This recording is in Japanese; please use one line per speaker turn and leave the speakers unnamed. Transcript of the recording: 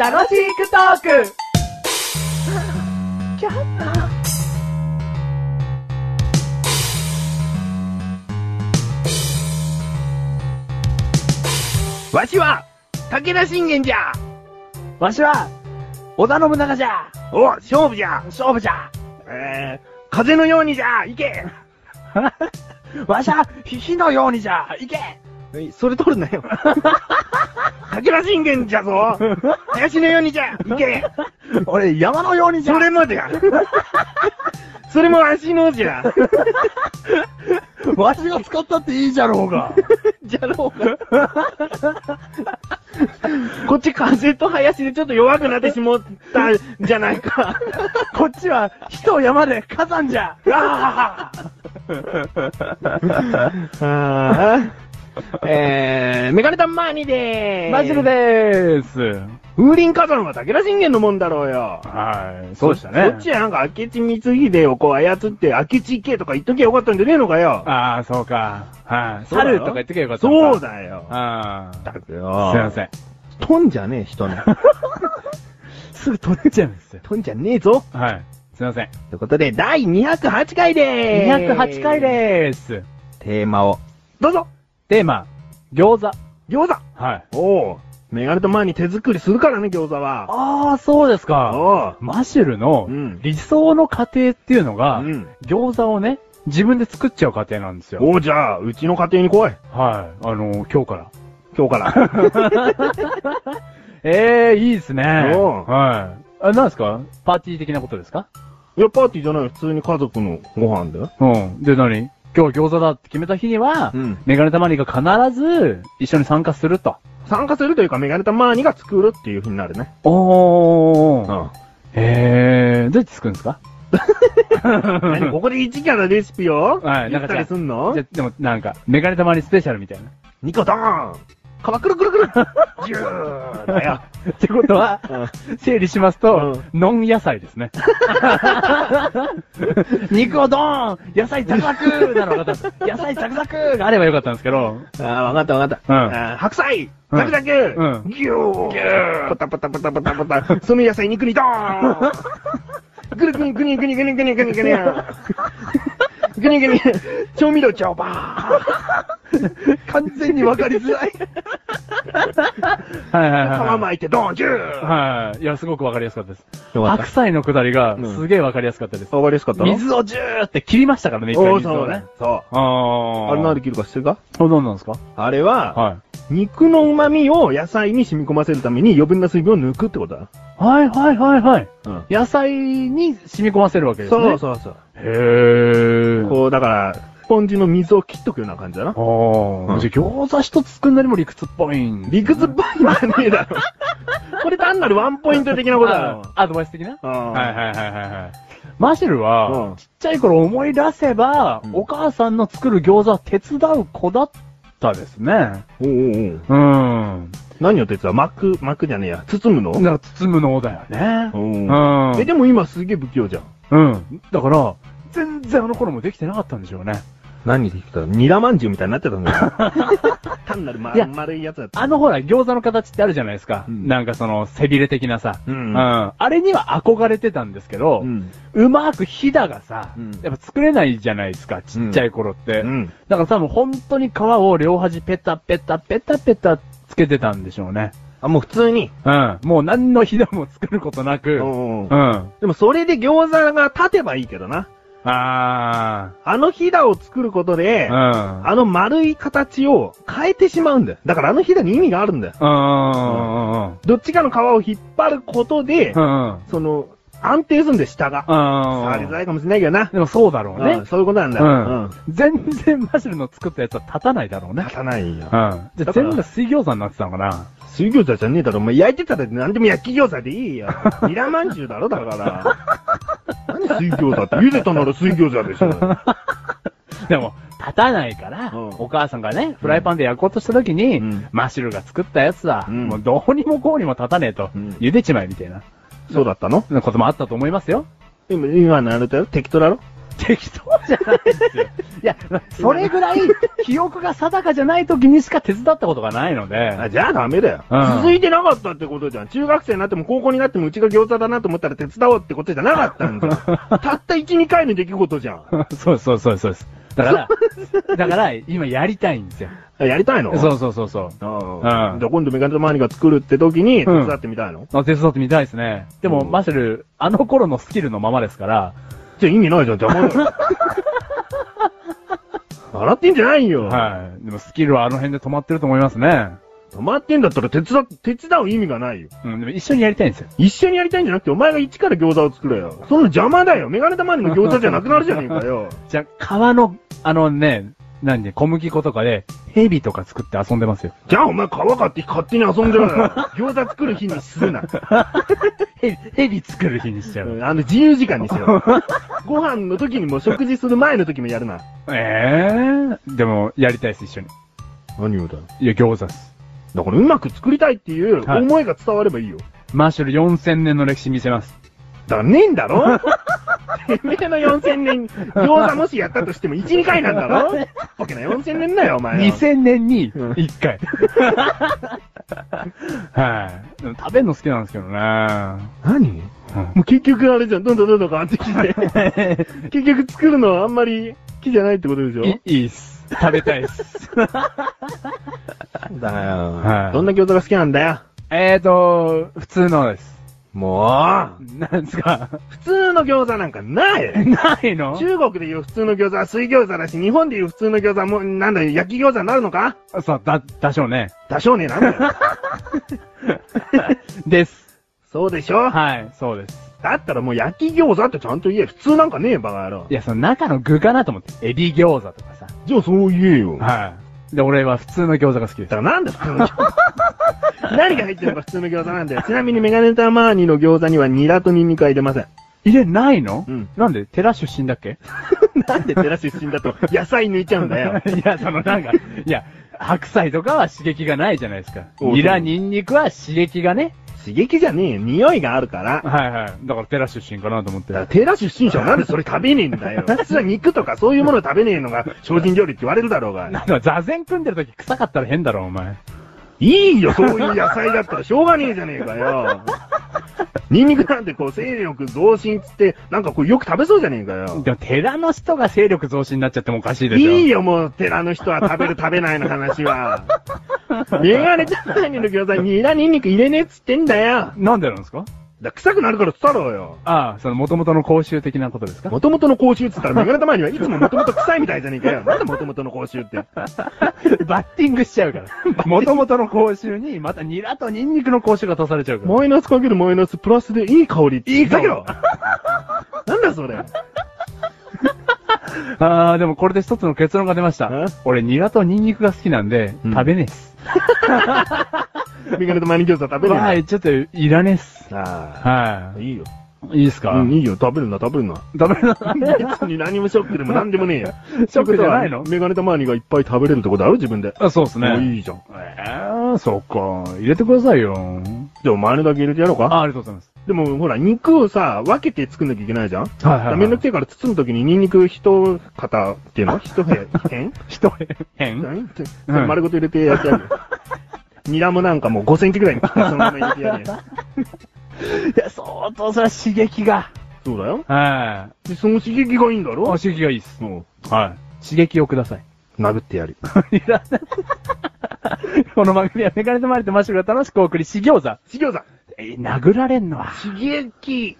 楽しくトーク
わしは、武田信玄じゃ
わしは、織田信長じゃ
お勝負じゃ
勝負じゃ
えー、風のようにじゃいけ
わしは、ひ火のようにじゃいけ
それ取るな よ。武田信玄じゃぞ林のようにじゃいけ
俺、山のようにじゃ
それまで やそれも足のじゃ
わしが使ったっていいじゃろうが
じゃろうが。 こっち風と林でちょっと弱くなってしまったじゃないか。
こっちは、火と山で火山じゃ
あーあー。えー、 メガネタンマーニーでーす。
マジ
で。
ルでーす
風林火山は武田信玄のもんだろうよ。
はい、そうでしたね
こっ。ちはなんか明智光秀をこう操って、明智家とか言っときゃよかったんじゃねえのかよ。
ああ、そうか。はい、
そうだろ
猿とか言ってけばよかったのか。
そうだよ。
ああ。
く
すいま
よ。
せん。
とんじゃねえ人ね。
すぐ取れちゃうんですよ。
とんじゃねえぞ。
はい。すいません。
ということで、第208回でーす。
208回でーす。
す。テーマを。どうぞ
テーマ、餃子。
餃子
はい。
おお。メガネと前に手作りするからね、餃子は。
ああ、そうですか。
おう
マシュルの
うん
理想の家庭っていうのが、
うん
餃子をね、自分で作っちゃう家庭なんですよ。
おうじゃあ、うちの家庭に来い。
はい。あのー今日から。
今日から。
ええいいですね。
おう
はい。あ、なんですかパーティー的なことですか
いや、パーティーじゃないよ。普通に家族のご飯だよ。
うん。で、何今日餃子だって決めた日には、
うん
メガネたまりが必ず一緒に参加すると。
参加するというか、メガネとマーニが作るっていう日になるね。
おー。
ん。
へえー、どうやって作るんですか
何ここで一からレシピを
はい
言ったりすんの
じゃ、でもなんか、メガネたまりスペシャルみたいな。
ニコドーンカバくるくるくる ジューだよ。
ってことは、整理しますと、ノン野 菜ですね。肉をドーン野菜ザクザクなのが多分野菜ザクザクがあればよかったんですけど、
ああ、わかったわかった。
うん
あー白菜
うん
ザクザク、
うん
ギューギューポタポタポタポタポタ その野菜肉にドーンぐるぐるぐにぐにぐにぐにぐにぐ にぐにぐに調味料ちゃおば
完全にわかりづらい。はいはいはいは
ー皮
い。
巻いてドーンジュー
はい。いや、すごくわかりやすかったです。
よかった
白菜のくだりが
うん
すげえわかりやすかったです。
わかりやすかったの
水をジューって切りましたからね、一回
おー
水
そ
を
うね
ね。。
そう。
ああ。
あれなんで切るか知ってるか
あどうなんですか
あれは、
はい。
肉の旨味を野菜に染み込ませるために余分な水分を抜くってことだ。
はいはいはいはい。
うん
野菜に染み込ませるわけですね。
そうそうそう。
へー。
こう、だから、スポンジの水を切っとくような感じだな。
ああ、
うん
じゃあ餃子一つ作んなりも理屈っぽいん。
理屈っぽいのはねえだろ。 これ単なるワンポイント的なことだろ
あ。アドバイス的な
うん
はいはいはいはいはい。マシルは、
うん
ちっちゃい頃思い出せば、
うん
お母さんの作る餃子を手伝う子だったですね。
おうおうおう
うん。
何を手伝う巻く、巻くじゃねえや。包むの
だから包むのだよね。
うん。
う
え、
ん。
でも今すげえ不器用じゃん。
うん。だから、全然あの頃もできてなかったんでしょうね。
何できたニラまんじゅうみたいになってたんだよ。単なる、ま
いや、
丸いやつだった。
あのほら、餃子の形ってあるじゃないですか。
うん
なんかその、背びれ的なさ。
う
うんん。あれには憧れてたんですけど、
うん。
うまくひだがさ、
うん
やっぱ作れないじゃないですか、ちっちゃい頃って。
うん。
だから多分本当に皮を両端ペタペタペタペタつけてたんでしょうね。
あ、もう普通に。
うん。もう何のひだも作ることな
う
く。
ん
うん。あ
でもそれで餃子が立てばいいけどな。
あ
あのひだを作ることで、
ー。うん。
あの丸い形を変えてしまうんだよ。だからあのひだに意味があるんだよ。
うん。うん。
どっちかの皮を引っ張ることで、
うん。うん。
その、安定するんだよ、下が。触りづらいかもしれないけどな。
でもそうだろう
う
ね
ん。そういうことなんだよ。うん。
全然マシルの作ったやつは立たないだろうね
立。たないよ
う。ん。じ
だ
ゃあ
から
全部水餃子になってたのかな
水餃子じゃねえだろ。お前焼いてたら何でも焼き餃子でいい よ。ニラまんじゅうだろ、だから。何水餃子って茹でたなら水餃子でし ょ。
でも、立たないから、
うん
お母さんがね、フライパンで焼こうとした時に、
うん
マッシュルが作ったやつは、
うん
もうどうにもこうにも立たねえと、
うん
茹でちまえみたいな
そうだったの
こともあったと思いますよ。
今、今なるとよ適当だろ
適当じゃないですよ。 いや、それぐらい、記憶が定かじゃない時にしか手伝ったことがないので。
あじゃあダメだよ、
うん
続いてなかったってことじゃん。中学生になっても高校になってもうちが餃子だなと思ったら手伝おうってことじゃなかったんだよ。 たった1、2回の出来事じゃん。
そうそうそうそうです。だから、だから、今やりたいんですよ。
やりたいの
そうそうそうそう。
ああ
うん
じゃあ今度メガネとマーニが作るって時に手
うん
伝ってみたいの、
あ手伝ってみたいですね。でも、
うん
マシュル、あの頃のスキルのままですから、
じゃあ意味ないじゃん、邪魔 だよ。笑ってんじゃないよ。
はい。でも、スキルはあの辺で止まってると思いますね。
止まってんだったら手伝っ、手伝う意味がないよ。
うん、でも一緒にやりたいんですよ。
一緒にやりたいんじゃなくて、お前が一から餃子を作れよ。その邪魔だよ。メガネたまりの餃子じゃなくなるじゃねえかよ。
じゃあ、皮の、あのね、何で、小麦粉とかで、ヘビとか作って遊んでますよ。
じゃあお前皮買って勝手に遊んじゃうよ。 餃子作る日にするな。
ヘビ、ヘビ作る日にしちゃ
う
う。
んあの、自由時間にしよう。 ご飯の時にも食事する前の時もやるな。
ええでも、やりたいです、一緒に。
何をだよ。
いや、餃子っす。
だからうまく作りたいっていう
はい
思いが伝わればいいよ。
マーシュル4000年の歴史見せます。
だからねえんだろ てめえの4000年、餃子もしやったとしても1、2回なんだろ わけな4000年だよ、お前は。
2000年に
うん
1回。 はい。でも食べるの好きなんですけどね。
何
うん
もう結局あれじゃん、どんどんどんどん変わってき て。結局作るのはあんまり好きじゃないってことでしょ
いいいっす。食べたいっす。
だ
はい
どんな餃子が好きなんだよ。
えーと、普通のです。
もう、
なんですか
普通の餃子なんかない
ないの
中国でいう普通の餃子は水餃子だし、日本でいう普通の餃子はもう、なんだよ、焼き餃子になるのか
そう、だ、だしょうね。
多少ね、なんだよ。
です。
そうでしょ
はい、そうです。
だったらもう焼き餃子ってちゃんと言え。普通なんかねえ、バカ野郎
い。や、その中の具かなと思って。エビ餃子とかさ。
じゃあそう言えよ。だか
はい。で、俺は普通の餃子が好きです。
らなんで普通の餃子 何が入ってるのか普通の餃子なんだよ。ちなみにメガネタマーニの餃子にはニラとニンニクは入れません。
入れないの
うん
なんで寺出身だっけ
なんで寺出身だと野菜抜いちゃうんだよ。
いや、そのなんか、いや、白菜とかは刺激がないじゃないですか。
おう
ニ
そ
ラ、
う
ニンニクは刺激がね。
刺激じゃねえよ。匂いがあるから。
はいはい。だから寺出身かなと思って。
だから寺出身者はなんでそれ食べねえんだよ。普通は肉とかそういうもの食べねえのが精進料理って言われるだろうが。
なんだ、座禅組んでる時臭かったら変だろ、お前。
いいよ、そういう野菜だったらしょうがねえじゃねえかよ。ニンニクなんてこう、精力増進っつって、なんかこう、よく食べそうじゃねえかよ。
でも、寺の人が勢力増進になっちゃってもおかしいでしょ。
いいよ、もう、寺の人は食べる食べないの話は。メガネちゃん何の餃子にニラニンニク入れねえっつってんだよ。
なんでなんですか
だ、臭くなるからつったろうよ。
ああ、その元々の公衆的なことで すか
もともとの口臭っつったら、メガネたまにはいつももともと臭いみたいじゃねえかよ。なんでもともとの口臭って。
バッティングしちゃうから。 元々の口臭に、またニラとニンニクの口臭が足されちゃうから。
マイナスかけるマイナス、プラスでいい香りって。いい
香り
なんだそれ。
ああ、でもこれで一つの結論が出ました
え。
俺、ニラとニンニクが好きなんで、
うん
食べねえっす。
メガネとマニ餃子食べる
は、
ない
ちょっと、いらねえっす。
あ
は
あ。いいよ。
い。いいっすか
うん、いいよ。食べるな、食べるな。
ダメな、
別に何もショックでも何でもねえよ。
ショックじゃない
ってことは
の
メガネたまにがいっぱい食べれるってことある自分で。
あ、そうっす
もう
ね。
いいじゃん。
えー、そっか。入れてくださいよ。
じゃあ、お前のだけ入れてやろうか。
あ、ありがとうございます。
でも、ほら、肉をさ、分けて作んなきゃいけないじゃん
はい
だからめんどくせえから包むときにニンニク一型っていうの一辺辺
一変
何って丸ごと入れてやってやる よ。ニラもなんかもう5センチ ぐらいに切ってそのまま入れてやるよ。
いや、相当それは刺激が。
そうだよ。
は
で、その刺激がいいんだ
い。お
ろ
刺激がいいっす。
も
はい。刺激をくだ さい。
う、殴って やる。
いらない。この番組はメガネとマリとマッシュルが楽しくお送り、し餃子。
し餃子
えー、殴られんのは。
刺激